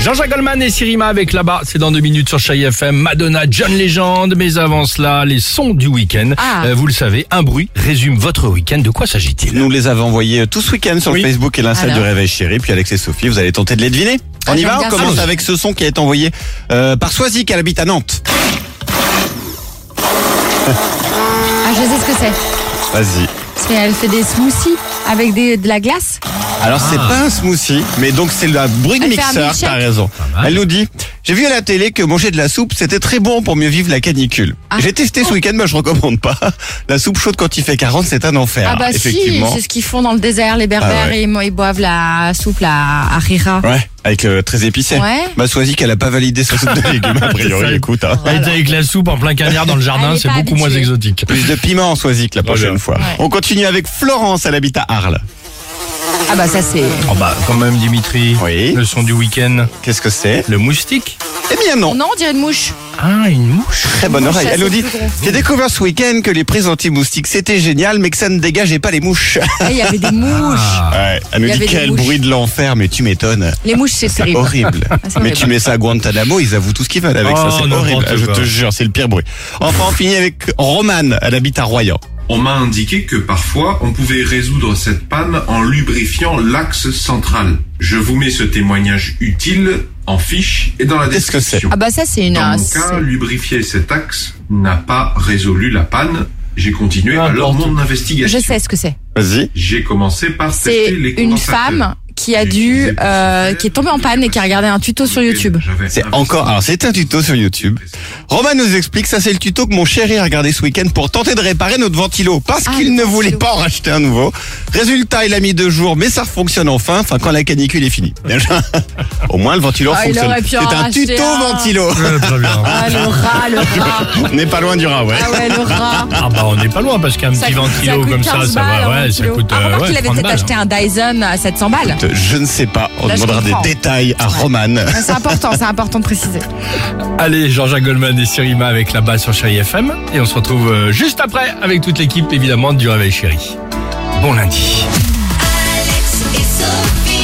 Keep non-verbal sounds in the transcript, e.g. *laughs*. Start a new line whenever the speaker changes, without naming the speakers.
Jean-Jacques Goldman et Sirima avec là-bas, c'est dans deux minutes sur Chai FM. Madonna, John Legend, mais avant cela, les sons du week-end.
Ah.
Euh, vous le savez, un bruit résume votre week-end. De quoi s'agit-il
Nous les avons envoyés euh, tout ce week-end sur
Oui.
le Facebook et l'Insta
Alors
du Réveil Chéri. Puis Alex et Sophie, vous allez tenter de les deviner. On
Ah,
y
j'aime bien
va On
ça.
commence
Allons-y.
avec ce son qui a été envoyé euh, par Soisy, qui habite à Nantes.
Ah, je sais ce que c'est.
Vas-y.
C'est- Elle fait des smoothies avec des, de la glace.
Alors c'est
Ah.
pas un smoothie, mais donc c'est le bruit de
Elle fait un
mixeur,
milkshake.
t'as raison.
mal.
Elle nous dit, j'ai vu à la télé que manger de la soupe, c'était très bon pour mieux vivre la canicule.
Ah.
J'ai testé ce week-end, mais je recommande pas. La soupe chaude quand il fait 40, c'est un enfer.
Ah, bah si,
effectivement.
c'est ce qu'ils font dans le désert, les berbères,
Ah ouais.
et ils, mo- ils boivent la soupe, la harira.
ouais, avec euh, très épicé.
Ouais.
Bah Soisy qu'elle a pas validé sa soupe
*laughs*
de légumes, a
C'est
priori,
ça.
écoute. hein.
Elle était avec la soupe en plein cagnard dans le jardin,
Oh Elle est
c'est
pas
beaucoup moins
habituée.
exotique.
Plus de piment en soisie que la prochaine
bien.
fois.
Ouais.
On continue avec Florence, elle habite à Arles.
Ah bah ça c'est...
Oh bah quand même Dimitri,
Oui.
le son du week-end,
Qu'ce que c'est
le moustique.
Eh bien non.
Non, on dirait une mouche.
Ah, une mouche.
Très bonne
Mon
oreille.
chat,
Elle nous
c'est
dit,
plus gros.
j'ai découvert ce week-end que les prises anti-moustiques, c'était génial, mais que ça ne dégageait pas les mouches.
Ah, Il y avait des mouches.
Ah.
*laughs* Ouais, elle nous
Il y
dit
avait des
quel
mouches.
bruit de l'enfer, mais tu m'étonnes.
Les mouches c'est
C'est
terrible.
horrible.
*laughs* c'est
mais
horrible.
tu mets ça à Guantanamo, ils avouent tout ce qu'ils veulent avec ça.
Oh,
C'est horrible.
n'importe
Ah, Je
quoi.
te jure, c'est le pire bruit. Enfin, on finit avec Romane. Elle habite à Royan.
On m'a indiqué que parfois on pouvait résoudre cette panne en lubrifiant l'axe central. Je vous mets ce témoignage utile en fiche et dans la
Qu'est-ce que
description.
Ah bah ça c'est une...
Dans mon
c'est-
cas, lubrifier cet axe n'a pas résolu la panne. J'ai continué alors
N'importe
mon
Je
investigation.
sais ce que c'est.
Vas-y.
J'ai commencé par
C'est
tester les
une
condensateurs.
femme qui a
J'ai
dû...
utilisé pour
euh,
ce
qui est
faire
tombée en panne et qui a regardé un tuto sur YouTube.
J'avais
C'est
investi-
encore, alors c'est un tuto sur YouTube. Romain nous explique, ça c'est le tuto que mon chéri a regardé ce week-end pour tenter de réparer notre ventilo parce
Ah,
qu'il
le
ne voulait
ventilo.
pas en racheter un nouveau. Résultat, il a mis deux jours, mais ça fonctionne enfin, enfin quand la canicule
*laughs*
est finie. Déjà, Au moins le ventilo
Ah, il
fonctionne.
aurait pu
C'est
en
un
racheter
tuto
un. *laughs*
ventilo.
Ouais, très bien.
Ah le rat, le rat.
On n'est pas loin du rat, ouais.
Ah ouais le rat.
Ah bah on n'est pas loin parce qu'un
Ça
petit
coûte- ça
ventilo
coûte
comme ça,
15
ça
balles,
va,
un
ouais, ça
kilo.
coûte.
Ah,
euh,
remarque
ouais,
qu'il avait
30
peut-être
balles,
acheté
hein.
un Dyson à 700 balles.
Je ne sais pas, on
Là, je
demandera des
comprends.
détails à
Ouais.
Roman.
*laughs*
euh,
Ouais, C'est important, c'est important de préciser.
Allez, Jean-Jacques Goldman et Sirima avec la bas sur Chéri FM. Et on se retrouve euh, juste après avec toute l'équipe, évidemment, du Réveil Chéri. Bon lundi.
Alex et Sophie.